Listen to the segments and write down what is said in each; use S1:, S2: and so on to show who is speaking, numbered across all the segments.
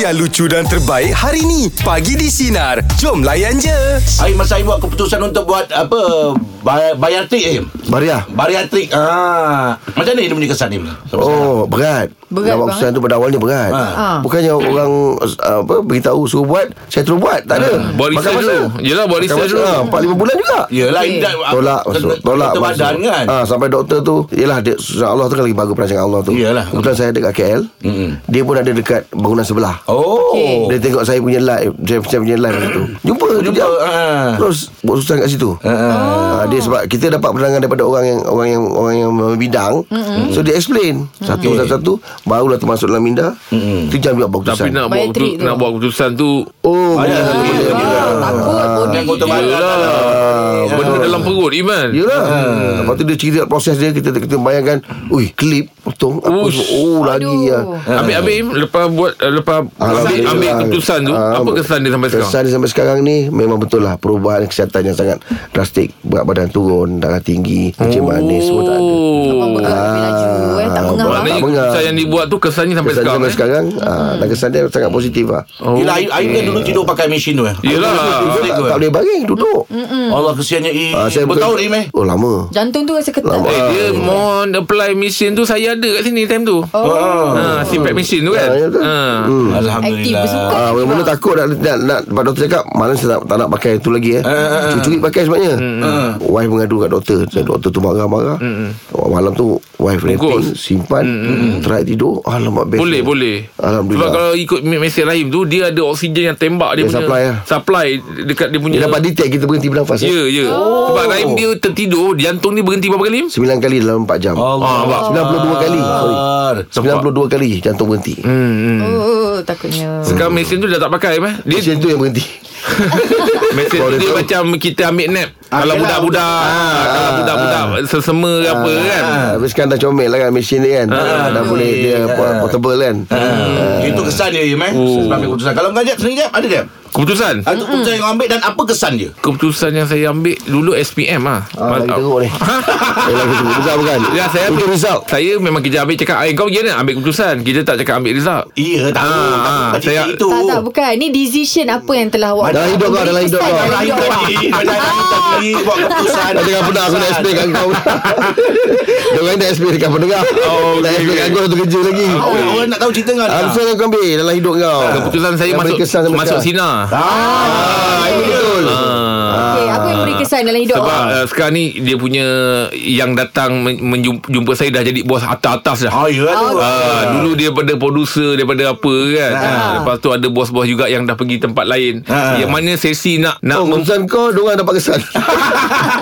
S1: yang lucu dan terbaik hari ni. Pagi di Sinar. Jom layan je.
S2: Hari masa saya buat keputusan untuk buat apa ba- bariatrik eh.
S3: Maria.
S2: Bariatrik. Ah. Macam mana dia punya kesan ni? Sampai sekarang.
S3: Oh berat Nak
S4: Berat
S3: buat
S4: banget.
S3: keputusan tu pada awalnya berat
S2: Ha.
S3: ha. Bukannya orang uh, apa Beritahu suruh buat Saya terus buat Tak ada
S5: Buat research dulu. Yelah, buat research dulu.
S3: dulu 4-5 Ha, bulan juga
S2: Yelah
S4: Okey.
S2: indah
S3: Tolak masuk Tolak
S2: masuk. badan kan.
S3: ha, Sampai doktor tu Yelah dia, Susah Allah tu kan lagi bagus Perancangan Allah tu
S2: Iyalah.
S3: Kebetulan saya dekat KL
S2: Mm-mm.
S3: Dia pun ada dekat Bangunan sebelah
S2: Oh.
S4: Okey.
S3: Dia tengok saya punya live Saya, saya punya live masa tu Jumpa
S2: Jumpa,
S3: Jumpa
S2: ha.
S3: Terus Buat susah kat situ ha, Dia sebab Kita dapat penerangan Daripada orang yang Orang yang orang yang bidang mm-hmm. So dia explain Satu-satu Barulah termasuk dalam minda mm-hmm. Itu jam juga buat
S5: Tapi
S3: keputusan
S5: nak buat,
S4: Biotrick
S5: keputus,
S4: tu.
S5: nak buat keputusan tu
S3: Oh
S2: Ayah,
S3: boleh,
S2: ayah,
S3: boleh,
S2: ayah.
S3: boleh.
S4: Ah, Takut
S2: Dan
S4: body
S2: kota badan.
S5: Yelah
S3: Ah,
S5: Benda dalam perut Iman
S3: Yelah hmm. Lepas tu dia cerita Proses dia Kita kita bayangkan Ui klip Potong apa
S5: Ush.
S3: semua. Oh lagi lah
S4: Aduh.
S5: Habis habis Im, lepas buat eh, lepas
S3: Ah,
S5: ambil,
S3: Alhamdulillah.
S5: ambil keputusan tu
S3: Ah,
S5: apa kesan dia sampai
S3: Kesan
S5: sekarang?
S3: dia sampai sekarang ni Memang betul lah Perubahan kesihatan yang sangat Drastik Berat badan turun Darah tinggi Kencing manis Semua tak ada
S4: Abang berat lebih laju eh Tak
S3: Ah, berat
S4: mengah abang.
S5: Maknanya
S3: tak mengang.
S5: Ah, keputusan yang dibuat tu kesannya sampai
S3: Kesan dia
S5: sekarang.
S3: sampai
S5: eh?
S3: sekarang ah, Dan kesan dia sangat positif lah
S2: Oh. Yelah, Ayu, Ayu kan dulu tidur pakai mesin tu eh.
S5: Yelah.
S3: Duduk
S2: Ayu,
S3: tak,
S2: Ayu,
S3: tak
S2: Ayu.
S3: boleh baring Duduk
S2: eh.
S5: Hmm,
S2: Allah kesiannya i.
S3: Ah, saya
S2: Bertahun
S3: betul-
S2: im eh.
S3: Oh lama
S4: Jantung tu rasa ketat
S5: Eh, dia
S3: Ah.
S5: mohon apply mesin tu saya ada kat sini time tu.
S4: Oh.
S5: Ha, CPAP mesin tu kan.
S3: Ah, ya betul.
S5: Ha.
S4: Aktif
S2: Ah. Alhamdulillah.
S4: bersuka
S3: Ah, mula-mula takut nak, nak, nak Pak doktor cakap Mana saya tak, tak nak pakai tu lagi eh. Curi-curi pakai sebenarnya
S5: Hmm,
S3: Ah, Wife mengadu kat doktor Dan Doktor tu marah-marah Malam tu Wife rating Simpan Try tidur Alamak best
S5: Hmm, Boleh
S3: ni.
S5: boleh Sebab
S3: Alhamdulillah
S5: kalau ikut mesin rahim tu Dia ada oksigen yang tembak Dia,
S3: Dia
S5: punya
S3: supply lah.
S5: Supply Dekat dia punya
S3: Dia dapat detect Kita berhenti bernafas
S5: Ya
S3: eh.
S5: ya Sebab rahim dia tertidur Jantung dia berhenti berapa kali Im?
S3: 9 kali dalam 4 jam
S2: Allah.
S5: Ah, nampak?
S3: 92 kali Sorry 92 kali Jantung berhenti
S5: Hmm.
S4: Oh, oh, takutnya
S5: Sekarang mesin tu dah tak pakai meh. Dia
S3: Mesin tu yang berhenti
S5: mesin tu
S3: Kalau
S5: dia
S3: dia tahu.
S5: macam kita ambil nap. Kalau
S3: yelah,
S5: budak-budak, ah, kalau budak-budak sesama ke apa kan. ya,
S3: Ah, Tapi sekarang dah comel lah kan Mesin dia kan ah, Dah boleh Dia
S2: Ah.
S3: portable kan
S2: Hmm. Itu kesan dia Im eh.
S3: Oh.
S2: Sebab ambil keputusan. Kalau kau jap sendiri jap ada jap.
S5: Keputusan.
S3: Ah.
S2: Itu keputusan yang kau ambil dan apa kesan dia?
S5: Keputusan yang saya ambil dulu SPM ah.
S3: Ah, lagi teruk ni Eh, lagi teruk. Bukan bukan
S5: Ya saya
S3: Itu
S5: ambil
S3: result
S5: Saya memang kerja ambil cakap "Ai, Kau gimana ambil keputusan Kita tak cakap ambil result
S2: Iya, tahu.
S5: Ah,
S2: Takut
S5: ah,
S2: kat titik
S5: saya-
S2: itu.
S4: Tak tak bukan Ni decision apa yang telah awak
S3: Dalam hidup kau, dalam hidup
S4: Pesan
S3: kau.
S4: dalam
S2: Lahir
S4: hidup awak.
S2: tadi Pada tadi Buat keputusan
S3: Tak dengar pernah aku nak explain kat kau Dia orang nak explain dekat pendengar
S5: Oh,
S3: Nak
S5: okey,
S3: explain kat
S5: okey. Ah,
S3: kau tu kerja lagi
S2: Orang orang nak tahu cerita kau ni.
S3: Alasan yang kau ambil dalam hidup kau
S5: Keputusan saya
S3: Yang
S5: masuk
S3: berkesan sampai
S5: masuk
S3: sekarang.
S5: Sina
S2: Ah, ini betul.
S5: ah.
S4: Okey, Apa yang beri kesan dalam hidup
S5: Sebab
S4: awak?
S5: uh, sekarang ni Dia punya Yang datang men- menjumpa jumpa saya Dah jadi bos atas-atas dah
S2: Ah, ya tu.
S4: Oh.
S5: Ah, dulu dia daripada producer daripada apa kan. Ah. Lepas tu ada bos-bos juga yang dah pergi tempat lain.
S2: Ah.
S5: Yang mana sesi nak nak
S3: Oh,
S5: mem-
S3: keputusan kau Diorang dapat kesan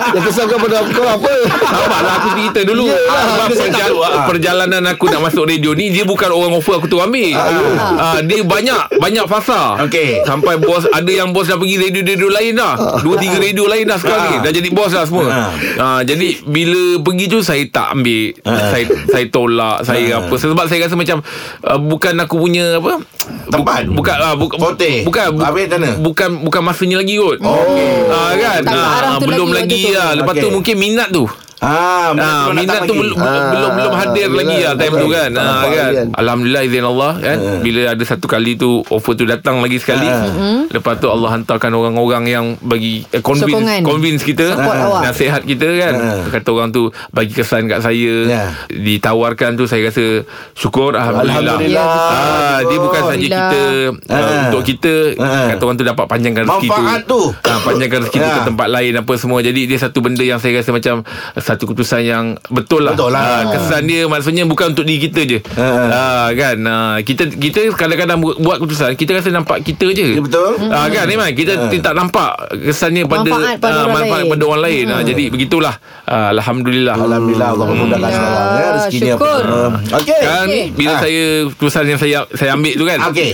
S3: Yang kesan kau pada kau apa
S5: Sabarlah lah, aku cerita dulu
S3: Yelah,
S2: dia
S5: Sebab
S2: tak
S5: perjal-
S2: tahu, ah.
S5: Perjalanan aku nak masuk radio ni Dia bukan orang offer aku tu ambil ah, Dia banyak Banyak fasa
S2: ya. Okey.
S5: Sampai bos Ada yang bos dah pergi radio-radio lain dah Dua tiga radio lain dah sekarang ni
S2: Ah.
S5: Dah jadi bos dah semua
S2: Ah.
S5: ah, Jadi bila pergi tu Saya tak ambil
S2: Ah.
S5: Saya saya tolak Saya apa Sebab saya rasa macam ah, Bukan aku punya apa Bu-
S2: Tempat?
S5: Bukan ah, buka,
S2: Forte?
S5: Bukan bu-
S2: Habis macam mana? Oh.
S5: Bukan bukan masanya lagi kot Okey ah, kan?
S4: Tak ke arah
S5: ah,
S4: tu
S5: Belum
S4: lagi waktu
S5: lagi,
S4: tu.
S5: lah Lepas tu
S2: Okey.
S5: mungkin minat tu
S2: Ah,
S5: Ah,
S2: minat
S5: minat tu belum
S3: Ah,
S5: belum belum hadir
S3: yelah,
S5: lagi lah time
S3: betul.
S5: tu kan.
S3: Tak
S5: Ah,
S3: nampak Ah.
S5: kan.
S3: lagi kan.
S5: Alhamdulillah izin Allah kan. Bila ada satu kali tu offer tu datang lagi sekali.
S3: Ah.
S4: Mm-hmm.
S5: Lepas tu Allah hantarkan orang-orang yang bagi eh, convince
S4: Sokongan.
S5: convince kita, ah,
S4: Support awak.
S5: nasihat kita kan.
S3: Ah.
S5: Kata orang tu bagi kesan kat saya.
S2: Ya.
S5: Ditawarkan tu saya rasa syukur alhamdulillah.
S2: Alhamdulillah.
S5: Ah, dia bukan saja
S4: Alhamdulillah.
S5: kita uh,
S2: Ah.
S5: untuk kita
S2: Ah.
S5: kata orang tu dapat panjangkan rezeki tu.
S2: Manfaat tu.
S5: Ah, panjangkan rezeki tu ke
S2: Ya.
S5: tempat lain apa semua. Jadi dia satu benda yang saya rasa macam satu keputusan yang betul lah.
S2: Betul lah.
S5: Ah, kesan dia maksudnya bukan untuk diri kita je. Ha kan. Ah, kita kita kadang-kadang bu- buat keputusan kita rasa nampak kita
S2: Ya,
S5: je.
S2: betul.
S5: Ah, kan memang kita tak nampak kesannya pada
S4: Hmm. Manfaat pada
S5: ah,
S4: orang
S5: manfaat
S4: lain. Hmm.
S5: pada orang lain. Ah, jadi begitulah. Ah, alhamdulillah.
S2: Alhamdulillah Allah memudahkan sekarang ya rezekinya apa
S4: Syukur.
S2: semua. Okey.
S5: Sekarang ni Bila
S2: Ah.
S5: saya Keputusan yang saya Saya ambil tu kan
S2: Okey.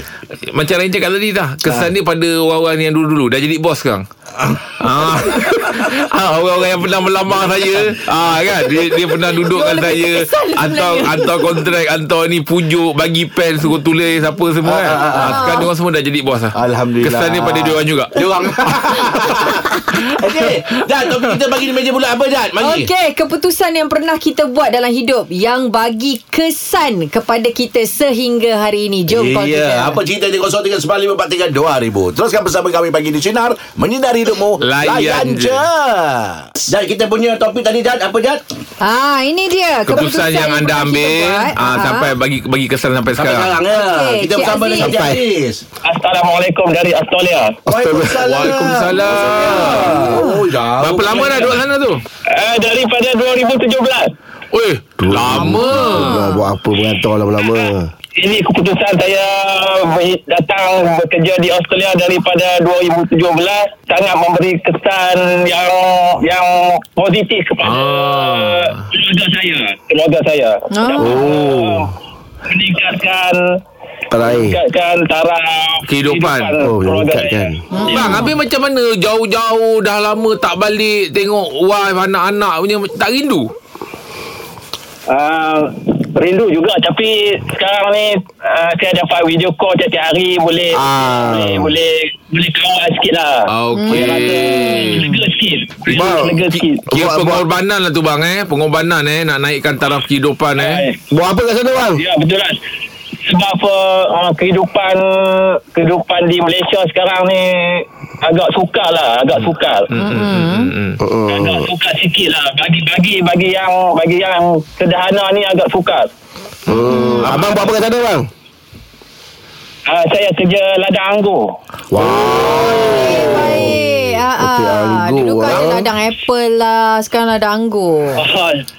S5: Macam Rain cakap tadi dah Kesan dia pada orang-orang yang dulu-dulu Dah jadi bos sekarang ah. ah, ah, orang-orang yang pernah melamar saya ah kan dia, dia pernah dudukkan
S4: Dia lebih
S5: saya
S4: terkesan
S5: hantar
S4: sebenarnya.
S5: hantar kontrak hantar ni pujuk bagi pen suruh tulis apa semua kan ah, sekarang dia orang semua dah jadi bos lah
S2: Alhamdulillah.
S5: kesannya pada dia orang juga
S2: Dia orang. Okey, Jan, topik kita bagi di meja bulat apa Jan? Mari.
S4: Okey, keputusan yang pernah kita buat dalam hidup yang bagi kesan kepada kita sehingga hari ini. Jom call kita.
S2: Iya, apa cerita dia 0395432000. Teruskan bersama kami pagi di Sinar menyinari hidupmu.
S5: Layan je.
S2: Dan kita punya topik tadi Jan, apa Jan?
S4: Ah, ini dia
S5: keputusan yang anda
S4: pernah kita
S5: ambil
S4: buat.
S5: ah, sampai bagi bagi kesan sampai
S2: Sampai
S5: sekarang
S2: sekarang ya.
S4: Okey,
S2: Kita
S4: Cik
S2: bersama
S4: Aziz.
S2: dengan Cik
S3: Sampai.
S2: Aziz.
S6: Assalamualaikum dari Australia.
S5: Waalaikumsalam
S2: Oh, jauh.
S5: Berapa lama dah duduk sana tu?
S6: Uh, daripada 2017.
S5: Oi, lama.
S3: Nak Oh, buat apa Merantau lama-lama
S6: Ini keputusan saya me- datang bekerja di Australia daripada 2017 sangat memberi kesan yang yang positif kepada
S5: Ah.
S6: keluarga saya, keluarga saya.
S4: Ah.
S6: Oh. Meningkatkan
S3: Terakhir
S6: meningkatkan taraf
S5: Kehidupan.
S3: Oh
S6: keluarga
S3: meningkatkan
S6: saya.
S5: Bang, habis macam mana jauh-jauh dah lama tak balik tengok wife anak-anak punya tak rindu?
S6: Uh, rindu juga tapi sekarang ni uh, saya dapat video call tiap-tiap hari boleh,
S3: Ah.
S6: boleh boleh boleh kawan sikit lah
S5: Okey.
S6: lega sikit
S3: Bang,
S6: lega sikit
S5: Kira
S3: Buat-
S5: pengorbanan lah tu bang eh Pengorbanan eh Nak naikkan taraf kehidupan eh
S6: Eh,
S3: Buat apa kat sana bang
S6: ya betul lah sebab uh, kehidupan kehidupan di Malaysia sekarang ni agak sukar lah agak sukar
S5: Hmm,
S3: Mm-mm.
S6: agak sukar sikit lah bagi bagi bagi yang bagi yang sederhana ni agak sukar
S3: Mm. Abang buat apa kat sana bang
S6: uh, saya kerja ladang anggur
S3: Wow
S4: Baik. Ah,
S3: Okey,
S4: ah.
S3: anggur,
S4: Dulu kan
S3: ah.
S4: ladang apple lah. Sekarang ladang anggur.
S6: Pasal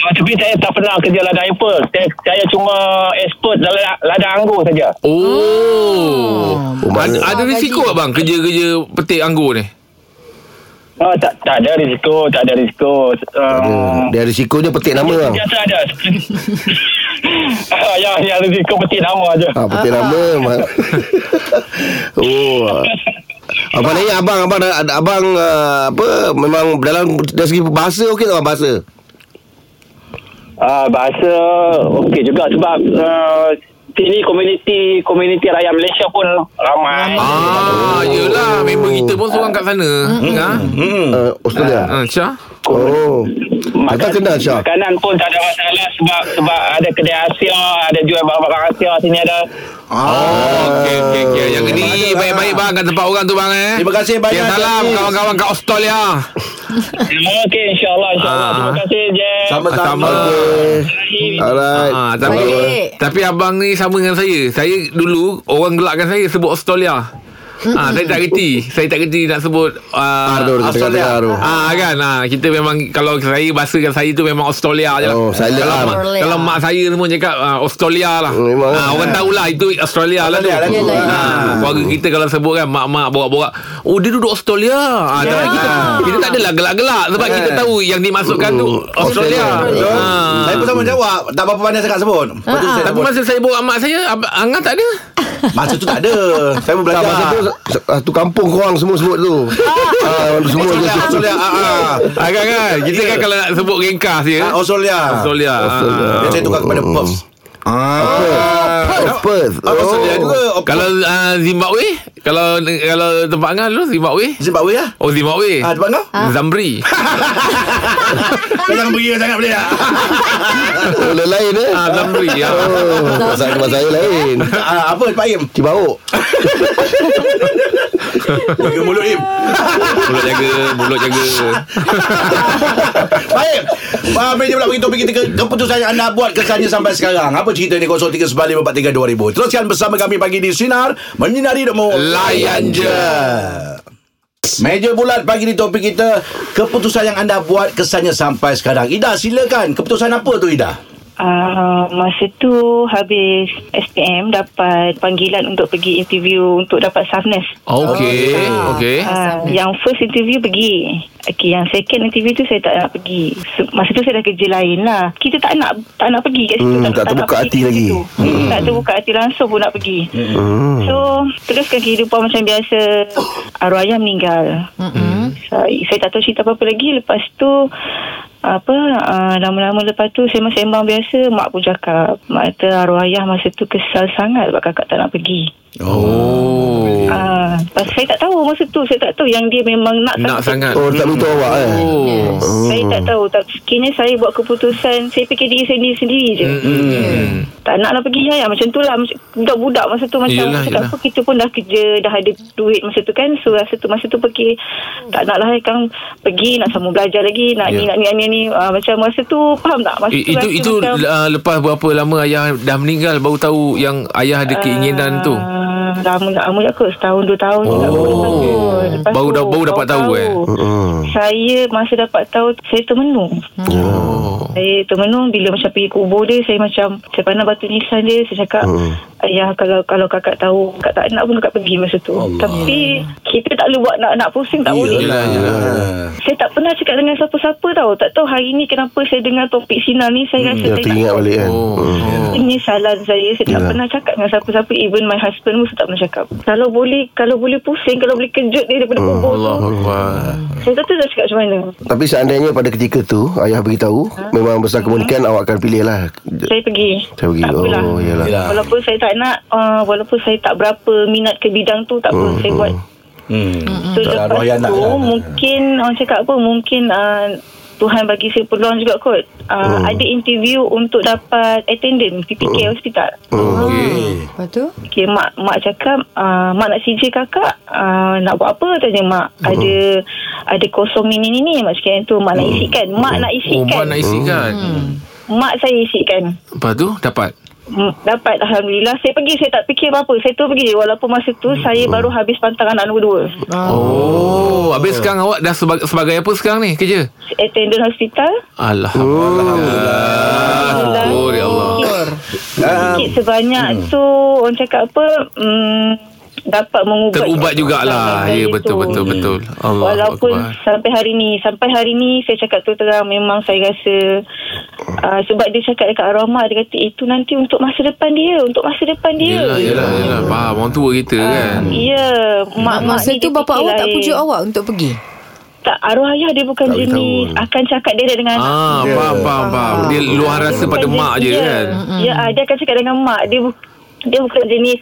S6: Ah, tapi saya tak pernah kerja ladang apple. Saya, saya cuma expert dalam ladang anggur saja.
S5: Oh,
S3: Oh,
S5: Ada,
S3: mana-
S5: ada
S4: Ah,
S5: risiko
S4: gaji.
S5: tak bang Kerja-kerja petik anggur ni
S6: Ah, tak, tak ada risiko, tak ada risiko. Um,
S3: Dia risikonya petik nama bang
S6: biasa ada. ah, ya, ya, risiko petik nama aja.
S3: Ha, petik nama bang. oh. Abang nanya Ah, abang abang abang, abang uh, apa memang dalam dari segi bahasa okey tak bang bahasa?
S6: Ah, bahasa okey juga sebab uh, sini komuniti komuniti rakyat Malaysia pun ramai.
S5: Ah, yelah Member kita pun seorang kat sana Ha?
S3: Hmm. Uh, Australia.
S5: Ha, Syah
S3: Oh. Kata
S6: Makan-
S3: kenal Syah.
S6: Makanan pun tak ada masalah sebab sebab ada kedai Asia, ada jual barang-barang Asia sini ada.
S5: Oh, okey, okey, okey. Yang ini baik-baik bang kat tempat orang tu bang eh.
S2: Terima kasih banyak,
S5: Yang salam
S2: Hafiz.
S5: kawan-kawan kat Australia.
S6: Okey, insyaAllah. InsyaAllah.
S5: Ah.
S6: Terima kasih, Jem.
S5: Sama.
S2: Sama-sama.
S3: Alright.
S5: Ha, tapi
S4: Baik.
S5: tapi abang ni sama dengan saya. Saya dulu orang gelakkan saya sebut Australia. Ha, saya tak kerti. Saya tak kerti nak sebut uh,
S3: Ah, tu, dekat
S5: Australia.
S3: tengah-tengah tu.
S5: Ah kan. Ha, kita memang kalau saya bahasakan saya tu memang Australia je lah.
S3: Oh, silent
S5: kalau,
S3: lah.
S5: mak,
S4: Australia.
S5: kalau mak saya semua cakap ah, Australia lah.
S3: Memang
S5: Ah,
S3: lah.
S5: orang tahulah itu Australia lah tu.
S2: Australia lah tu.
S4: Yelah,
S5: Ha,
S3: yelah.
S5: keluarga kita kalau sebut kan mak-mak borak-borak. Oh, dia duduk Australia. Ha,
S4: Ya.
S5: kita, kita tak adalah gelak-gelak sebab kita tahu yang dimasukkan tu Australia.
S3: Eh. Australia.
S5: Ha.
S2: Saya pun sama jawab Tak berapa pandai sangat sebut
S4: Ah,
S7: Ah,
S2: Lepas tu saya tak
S5: Ah, Tapi
S2: buat.
S5: masa saya bawa mak saya ab- Angah tak ada
S2: Masa tu tak ada Saya pun
S3: Tak,
S2: belajar
S3: masa tu se- satu kampung korang semua sebut tu. Ah, semua tu.
S2: Australia ah, ah.
S5: Angah kan Kita kan kalau nak sebut ringkas je
S2: Ah, Australia
S5: Australia
S3: Australia.
S5: Ah.
S2: Dia saya tukar kepada Pops
S3: Perth. Perth.
S2: Ah, Australia juga oh,
S5: Kalau ah, Zimbabwe Kalau kalau tempat Angah dulu Zimbabwe
S2: Zimbabwe lah
S5: Oh Zimbabwe
S2: Ah, tempat kau?
S5: Zambri
S4: Ah.
S2: Kau jangan beria sangat boleh tak?
S3: Benda lain eh.
S5: ah, Zambri ya.
S3: Oh, bahasa bahasa saya lain.
S2: Ah, Apa Pak Im?
S3: Cibauk.
S2: Jaga mulut Im
S5: Mulut jaga Mulut jaga
S2: Baik Faham meja pula bagi topik kita ke- Keputusan yang anda buat Kesannya sampai sekarang Apa cerita ni 0395432000 Teruskan bersama kami pagi di Sinar Menyinari Demo
S5: Layan je.
S2: Meja bulat pagi di topik kita Keputusan yang anda buat Kesannya sampai sekarang Ida silakan Keputusan apa tu Ida?
S7: Uh, masa tu habis SPM dapat panggilan untuk pergi interview untuk dapat SAFNES.
S5: Okey,
S2: Oh.
S5: okey.
S7: Uh, yang first interview pergi. Okay, yang second interview tu saya tak nak pergi. So, masa tu saya dah kerja lain lah. Kita tak nak tak nak pergi kat situ.
S3: Hmm, tak
S7: nak
S3: terbuka
S7: pergi
S3: hati
S7: kat
S3: lagi.
S7: situ. Hmm. Tak terbuka hati langsung pun nak pergi.
S3: Hmm.
S7: So, teruskan kehidupan macam biasa. Arwah ayah meninggal. Hmm. Saya, saya tak tahu cerita apa-apa lagi. Lepas tu, apa uh, lama-lama lepas tu sembang-sembang biasa mak pun cakap mak kata arwah ayah masa tu kesal sangat sebab kakak tak nak pergi
S5: Oh.
S7: Ah, uh, saya tak tahu masa tu saya tak tahu yang dia memang nak
S5: Nak sangat.
S3: Oh, tak beritahu awak eh?
S5: Oh.
S7: Saya tak tahu tak, Kini saya buat keputusan Saya fikir diri sendiri sendiri je
S5: Hmm.
S7: Tak naklah pergi ya, Macam tu lah Macam- Budak-budak masa tu Macam
S5: Yelah,
S7: yelah,
S5: yelah.
S7: apa Kita pun dah kerja Dah ada duit masa tu kan So rasa tu Masa tu pergi Tak naklah ya, kan Pergi nak sambung belajar lagi Nak
S5: Ya.
S7: ni nak ni nak ni, nak ni. Ah, Macam masa tu Faham tak masa
S5: I- itu
S7: rasa
S5: itu
S7: macam-
S5: uh, lepas berapa lama ayah dah meninggal baru tahu yang ayah ada keinginan tu.
S7: Ah, Lama lama je kot Setahun dua tahun oh. Lepas
S5: Baru dah- baru dapat tahu, eh?
S3: Hmm.
S7: Saya masa dapat tahu Saya termenung
S3: Ya.
S5: Oh.
S7: Saya termenung Bila macam pergi kubur dia Saya macam Saya pandang batu nisan dia Saya cakap
S3: Hmm.
S7: Ayah kalau kalau kakak tahu Kakak tak nak pun kakak pergi masa tu Allah. Tapi Kita tak boleh buat nak, nak pusing Tak boleh
S5: Yelah, yelah.
S7: Saya tak pernah cakap dengan siapa-siapa tau Tak tahu hari ni kenapa Saya dengar topik sinar ni Saya rasa
S3: Dah
S7: saya
S3: Mm. teringat balik kan.
S5: Oh.
S3: Hmm.
S5: oh.
S7: penyesalan saya saya tak
S3: Yelah.
S7: pernah cakap dengan siapa-siapa even my husband pun saya tak pernah cakap kalau boleh kalau boleh pusing kalau boleh kejut dia daripada kubur
S5: Allah
S7: tu saya tak tahu nak cakap macam mana
S3: Tapi seandainya pada ketika tu ayah beritahu memang besar kemungkinan awak akan pilih lah.
S7: saya pergi
S3: Saya pergi.
S7: Hmm. tak apalah
S3: Oh, yalah.
S2: Yelah.
S7: walaupun saya tak nak uh, walaupun saya tak berapa minat ke bidang tu tak apa saya buat
S2: Hmm.
S7: so
S2: Tak, arwah
S7: lepas
S2: yang nak
S7: tu
S2: lah.
S7: mungkin orang cakap apa mungkin uh, Tuhan bagi saya peluang juga kot uh, ada interview untuk dapat attendant PPK hospital
S5: Okey.
S4: Lepas tu?
S7: Okay, mak mak cakap uh, mak nak CJ kakak uh, nak buat apa tanya mak ada ada kosong ni ni ni, ni mak cakap yang tu mak nak isikan mak nak
S5: Oh,
S7: isikan
S5: mak nak isikan.
S7: Hmm. mak saya isikan
S5: Lepas tu dapat.
S7: Mm, dapat alhamdulillah saya pergi saya tak fikir apa-apa saya tu pergi je. walaupun masa tu
S5: Hmm.
S7: saya baru habis pantang anak nombor dua
S5: Ah. Oh, habis sekarang awak dah sebagai, sebagai apa sekarang ni kerja?
S7: attendant hospital
S5: Alhamdulillah. Syukur ya Allah. Ya Hmm.
S7: sikit sebanyak tu orang cakap apa mm, dapat mengubat
S5: Terubat jugalah.
S7: Saya
S5: Ya
S7: tu.
S5: betul betul betul. Allah
S7: Walaupun sampai hari ni Sampai hari ni Saya cakap tu terang Memang saya rasa uh, Sebab dia cakap dekat aroma Dia kata "Eh, Itu nanti untuk masa depan dia Untuk masa depan dia
S5: Yelah yelah yelah. Faham orang tua kita kan.
S7: Ya
S4: Mak,
S7: Mak-mak
S4: masa
S7: ni
S4: tu
S7: dia
S4: bapa
S7: fikir
S4: awak tak
S7: lain.
S4: pujuk awak untuk pergi?
S7: Tak arwah ayah dia
S3: Tak
S7: bukan
S3: boleh
S7: jenis
S3: tahu.
S7: Akan cakap dia dengan anak
S5: Ah, faham faham faham. Dia luar rasa pada
S7: Bukan
S5: mak je
S7: jenis-
S5: kan.
S7: Ya, ya dia akan cakap dengan mak. Dia bu- dia bukan jenis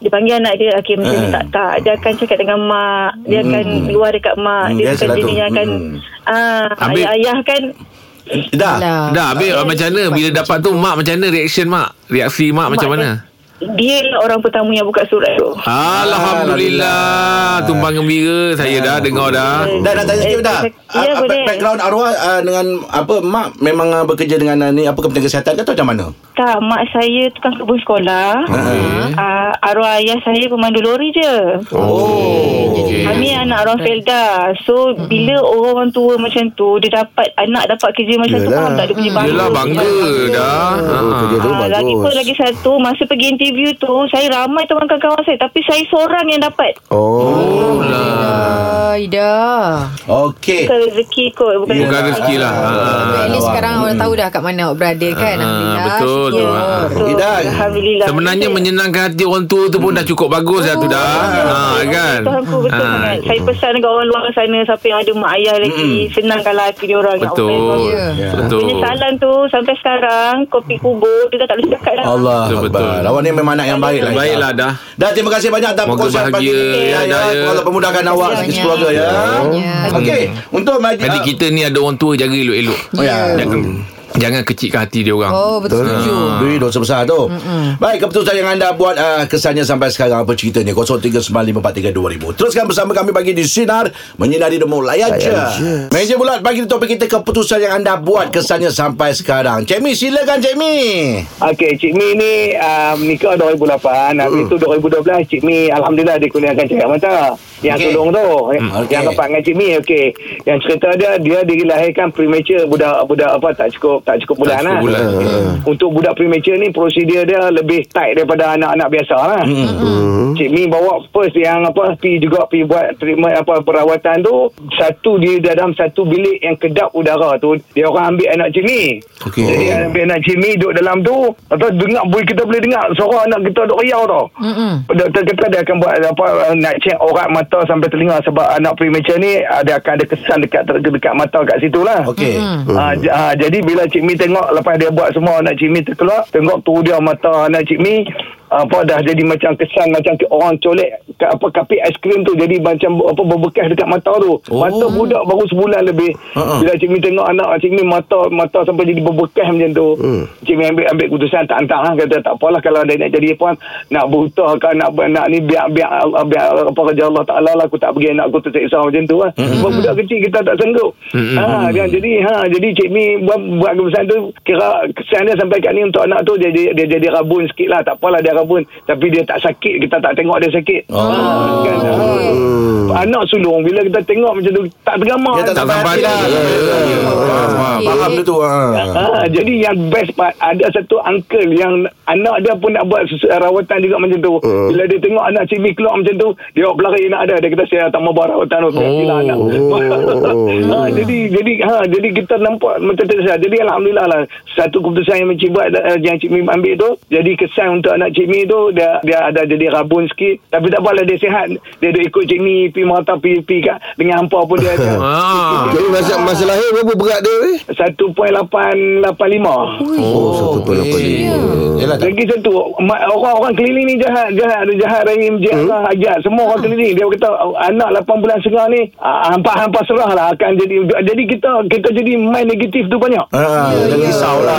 S7: dia panggil anak dia okey macam
S5: Eh.
S7: ni tak tak dia akan cakap dengan mak
S5: Mm.
S7: dia akan luar dekat mak
S2: Hmm,
S7: dia
S2: biasalah
S7: bukan
S5: lah
S7: jenis
S2: tu.
S7: yang akan
S2: Hmm.
S7: ah
S5: Habis-
S7: ayah ayah kan
S2: Dah.
S4: Alah.
S5: Dah habis ah, macam mana bila dapat tu mak macam mana reaction mak? Reaksi mak Ah, macam mana? Ah.
S7: dia lah orang pertama yang buka surat tu
S5: Alhamdulillah Tumpang gembira Saya dah dengar dah
S2: Dah nak tanya sikit
S7: Ah, Eh,
S2: dah.
S7: ya,
S2: Ah, ah,
S7: boleh.
S2: Background arwah ah, dengan apa mak memang ah, bekerja dengan ah, ni apa kepentingan kesihatan ke atau macam mana?
S7: tak mak saya tukang kebun sekolah ah, arwah ayah saya pemandu lori je
S5: Oh okay.
S7: Kami anak orang Felda So bila orang tua macam tu Dia dapat Anak dapat kerja macam tu
S3: Yelah.
S7: Faham tak dia punya bangga
S5: Mm. Yelah bangga dah
S3: Oh,
S5: Ha.
S3: kerja tu
S7: Ah, lagi pun
S3: bagus.
S7: lagi satu Masa pergi interview tu Saya ramai teman kawan-kawan saya Tapi saya seorang yang dapat
S3: Oh.
S5: Oh lah
S4: Ah, Ida.
S2: Okey. Ah,
S7: Bukan rezeki Ya, kot Bukan
S2: Yelah.
S5: Bukan rezeki lah ha.
S4: At least sekarang awak dah tahu dah kat mana awak berada kan.
S5: Ah,
S4: Alhamdulillah.
S5: betul tu,
S4: Syukur.
S5: ah.
S7: So,
S2: Ida.
S7: Alhamdulillah
S5: Sebenarnya
S7: Saya-
S5: menyenangkan hati orang tua tu pun dah cukup bagus dah tu dah. Ha kan.
S7: Tuhanku betul
S5: Ah,
S7: sangat Saya pesan dekat orang luar sana Siapa yang ada mak ayah lagi Senangkanlah hati dia orang Ya Allah, ya Allah.
S5: Betul.
S4: Ya.
S5: Betul.
S7: Penyesalan tu Sampai sekarang Kopi kubur Dia dah tak boleh cakap dah
S2: Allah
S5: Betul,
S2: Akbar.
S5: betul.
S2: Awak ni memang anak yang baik lah.
S5: Baiklah dah.
S2: Dah terima kasih banyak atas
S5: Moga
S2: perkongsian pagi
S5: bahagia,
S2: ni.
S5: ya, dah, ya.
S2: Allah pemudahkan awak
S4: kasih
S2: sekali
S4: banyak.
S2: keluarga ya.
S4: Ya.
S2: Okey, untuk Maji.
S5: Nanti kita ni ada orang tua jaga elok-elok.
S2: Oh, ya.
S5: Jangan jangan kecilkan hati dia orang.
S4: Oh, betul setuju.
S2: Ah. Duit dosa besar tu Mm-mm. Baik keputusan yang anda buat uh, Kesannya sampai sekarang Apa ceritanya 0395432000 Teruskan bersama kami Pagi di Sinar Menyinari Demo Layan je Meja bulat Bagi topik kita Keputusan yang anda buat Kesannya sampai sekarang Cik Mi silakan Cik Mi
S8: Okey, Cik Mi ni uh, nikah 2008. Habis tu 2012, Cik Mi Alhamdulillah dikurniakan cakap mata. Yang
S2: Okey.
S8: okay. tolong tu. eh,
S2: Hmm,
S8: Yang
S2: okey.
S8: dapat dengan Cik Mi, okey. Yang cerita dia, dia dilahirkan premature budak budak apa tak cukup
S6: cukup tak cukup bulan
S5: cukup
S6: lah.
S5: bulan.
S6: Untuk budak premature ni prosedur dia lebih tight daripada anak-anak biasa lah. Hmm. Cik Mi bawa first yang apa pi juga pi buat treatment apa perawatan tu satu di dalam satu bilik yang kedap udara tu dia orang ambil anak Cik Mi.
S2: Okey.
S6: Jadi ambil anak Cik Mi duduk dalam tu atau dengar boleh kita boleh dengar suara anak kita duk riau tau.
S4: Mm-mm.
S6: Doktor kata dia akan buat apa nak check aurat mata sampai telinga sebab anak premature ni ada akan ada kesan dekat dekat mata kat situ lah.
S2: Okey.
S6: Ha, j- ha, jadi bila Cik Mi tengok lepas dia buat semua anak Cik Mi terkeluar, tengok tu dia mata anak Cik Mi apa dah jadi macam kesan macam ke- orang colek ke- apa kapit aiskrim tu jadi macam be- apa berbekas dekat mata tu. Oh. Mata budak baru sebulan lebih.
S2: Ha-ha.
S6: Uh-uh. Bila Cik Mi tengok anak Cik Mi mata mata sampai jadi berbekas macam tu. Cik Mi ambil ambil keputusan tak hantar lah kata tak apalah kalau dia nak jadi apa nak berhutah ke nak nak ni biar biar ah, biar apa kerja Allah Taala lah aku tak pergi anak aku terseksa macam tu lah. Sebab budak kecil kita tak sanggup. Ha dia jadi ha jadi Cik Mi buat buat keputusan tu kira kesan dia sampai kat ni untuk anak tu dia dia, dia jadi rabun sikit lah tak apalah dia rabun tapi dia tak sakit kita tak tengok dia sakit. Oh. Ha, kan? ha. Anak sulung bila kita tengok macam tu tak tergamak.
S2: Dia tak
S5: Tak sampai
S2: sampai hati
S5: hati.
S2: lah.
S5: Faham,
S4: Okey.
S2: Faham dia tu. ha.
S3: Ah,
S6: Ha, jadi yang best part ada satu uncle yang anak dia pun nak buat susu, rawatan juga macam tu.
S3: Ah.
S6: Uh. Bila dia tengok anak Cik Mi keluar macam tu, dia buat pelari nak ada. Dia kata saya tak mau buat rawatan tu. Saya gila anak.
S3: Oh,
S6: ha, jadi jadi ha, jadi kita nampak macam tu saya. Jadi alhamdulillah lah satu keputusan yang Cik buat eh, yang Cik Mi ambil tu jadi kesan untuk anak Cik Mi tu dia dia ada jadi rabun sikit tapi tak apalah dia sihat. Dia duk ikut Cik Mi pi mata pi pi kat dengan hampa pun dia dia-
S5: Ah.
S3: Jadi masa, masa lahir berapa berat dia ni?
S6: 1.885.
S3: Oh, satu per lapan ni.
S2: Yalah tak.
S6: Lagi satu ma- Orang-orang keliling ni jahat Jahat ada jahat Rahim Jahat hmm? Ajat Semua
S4: Ah.
S6: orang keliling Dia kata "Oh, Anak 8 bulan setengah ni ah, Hampa-hampa serah lah Akan jadi Jadi kita Kita jadi mind negatif tu banyak
S3: Ah.
S6: Ah,
S2: Ha,
S3: Ya,
S2: dia risau lah.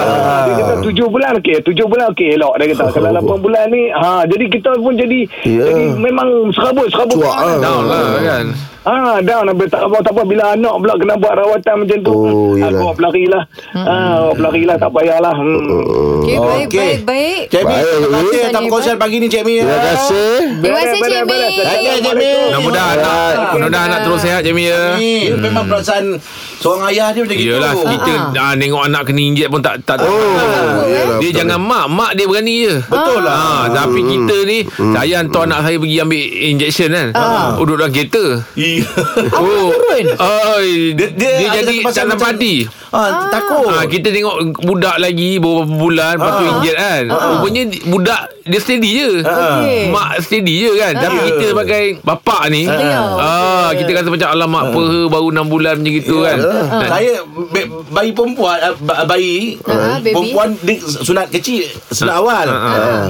S6: Dia kata tujuh bulan okey, tujuh bulan okey elok dia kata. Kalau lapan bulan ni, ha jadi kita pun jadi
S3: Ya.
S6: jadi memang serabut serabut.
S3: Cuak lah.
S5: Down lah kan.
S6: Ah, down habis tak apa tak apa bila anak pula kena buat rawatan macam tu.
S3: Oh,
S6: aku
S3: yelah. Oh,
S6: awak pelari lah.
S4: Hmm.
S6: Ah, awak pelari lah tak payahlah. Hmm.
S4: Okey, baik,
S2: Okey.
S4: baik, baik.
S2: Cik Mi,
S3: Baik.
S2: terima kasih atas
S4: Tadi,
S2: konsert pagi ni Cik Mi. ya.
S3: Terima kasih.
S4: Terima kasih, Cik Mi.
S2: Okey, Cik Mi.
S5: Mudah-mudahan anak, mudah-mudahan anak terus sehat Jamie ya.
S2: Ni memang perasaan seorang ayah dia macam gitu.
S5: Yelah kita ah, nengok anak kena injek pun tak tak, tak
S3: Oh, yelah,
S5: Dia
S3: betul
S5: jangan mak Mak dia berani je Betul lah ha, Tapi kita ni Saya hantar anak saya pergi ambil injection kan ha. Duduk dalam kereta
S2: Iya.
S5: Oh Oi, dia, dia, dia
S2: ada
S5: jadi
S2: satu pasal
S5: tanam
S2: macam-
S5: padi
S2: Ah, takut.
S5: Ha, kita tengok budak lagi beberapa bulan lepas tu injet kan. Rupanya di- budak dia steady je.
S2: Eh.
S4: Okey.
S5: ah, Mak steady je kan. Tapi kita sebagai bapak ni
S2: Ya.
S4: Beliau.
S5: ah kita rasa macam alamak apa baru 6 bulan macam gitu kan.
S2: Ah. Saya ba- bayi perempuan ah, ba- bayi
S4: Ah, baby.
S2: perempuan dia sunat kecil sunat awal. Ah.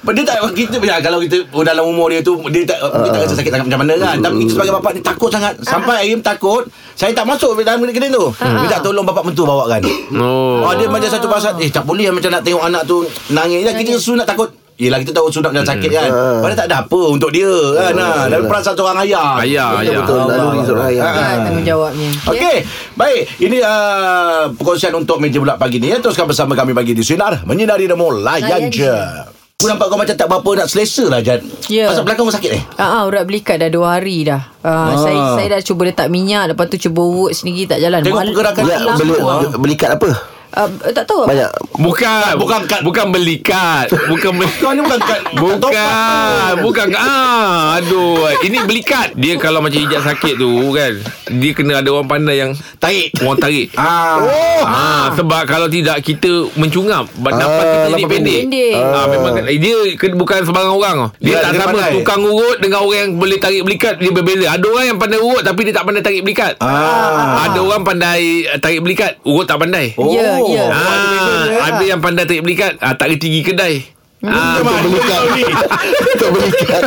S2: Dia tak kita ya, kalau kita oh, dalam umur dia tu dia tak dia tak rasa sakit sangat macam mana kan. Tapi kita sebagai bapak ni takut sangat.
S4: Ah,
S2: Sampai ayam takut, saya tak masuk dalam kedai tu. Minta tolong bapak mentua bawa kan.
S5: Oh.
S2: Oh, dia macam satu pasal Eh tak boleh macam nak tengok anak tu Nangis lah Kita sunat takut Yelah kita tahu sunat dan
S3: Hmm.
S2: sakit kan
S3: Ah.
S2: Padahal tak ada apa untuk dia kan ha. Dan perasaan seorang ayah
S5: Ayah, ayah.
S3: Oh, Betul, naluri seorang ayah.
S4: Ah, tanggungjawabnya.
S2: Okey, baik. Ini uh, perkongsian untuk meja bulat pagi ni ya. Teruskan bersama kami pagi di Sinar menyinari demo layan
S4: Layan
S2: je.
S4: je.
S2: Aku nampak kau macam tak berapa nak selesa lah Jan.
S4: Ya.
S2: Pasal belakang kau sakit eh?
S4: Ah, ah, urat belikat dah dua hari dah. Ah, saya saya dah cuba letak minyak, lepas tu cuba urut sendiri tak jalan.
S2: Tengok pergerakan
S4: malam,
S2: dia,
S3: Ya, Beli,
S2: Lampu, ah.
S3: beli kad apa?
S4: ah, tak tahu.
S3: Banyak.
S5: Bukan
S2: Bukan kad.
S5: bukan beli kad. Bukan beli
S2: Kau ni bukan kat
S5: Bukan Bukan ah, Aduh Ini beli kad Dia kalau macam hijab sakit tu kan Dia kena ada orang pandai yang
S2: Tarik.
S5: Orang tarik
S2: Ah. Oh.
S5: Ah, sebab kalau tidak kita mencungap ah, napas
S3: Ah,
S5: kita jadi
S3: napas
S5: pendek.
S4: pendek.
S5: Ah, memang eh, dia ke- bukan sembarang orang. tau. Dia
S2: Ya,
S5: tak
S2: dia
S5: sama
S2: pandai.
S5: tukang urut dengan orang yang boleh tarik belikat dia berbeza. Ada orang yang pandai urut tapi dia tak pandai tarik belikat.
S2: Ah.
S5: Ada orang pandai eh, tarik belikat, urut tak pandai.
S2: Oh.
S4: Ya, ya.
S5: Ah, ada yang pandai tarik belikat, ah, tak kerja pergi kedai. Ah,
S3: Beli kad. Tak beli kad.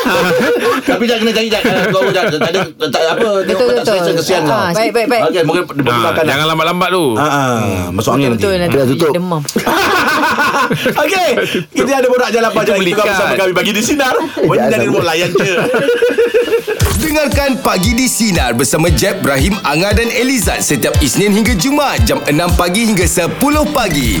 S2: Tapi jangan kena cari Jan. Ah, Kau Jan. Tak ada tak ada apa. Tengok
S4: Betul,
S2: kau tak
S4: betul.
S2: selesa kesian
S4: Ah,
S2: kau.
S4: baik, baik, baik.
S2: Okey, mungkin
S5: ah,
S2: diperlukan.
S5: jangan Hmm. lambat-lambat tu.
S2: Ah, ah, masuk angin nanti.
S4: Betul nanti
S3: Dah tutup.
S4: demam.
S2: Okey, kita ada borak jalan panjang
S5: Itu
S2: itu kau
S5: belikan.
S2: bersama kami bagi di sinar. Menyinari rumah layan je.
S1: Dengarkan Pagi di Sinar bersama Jeb, Ibrahim, Anga dan Elizad setiap Isnin hingga Jumaat jam 6 pagi hingga 10 pagi.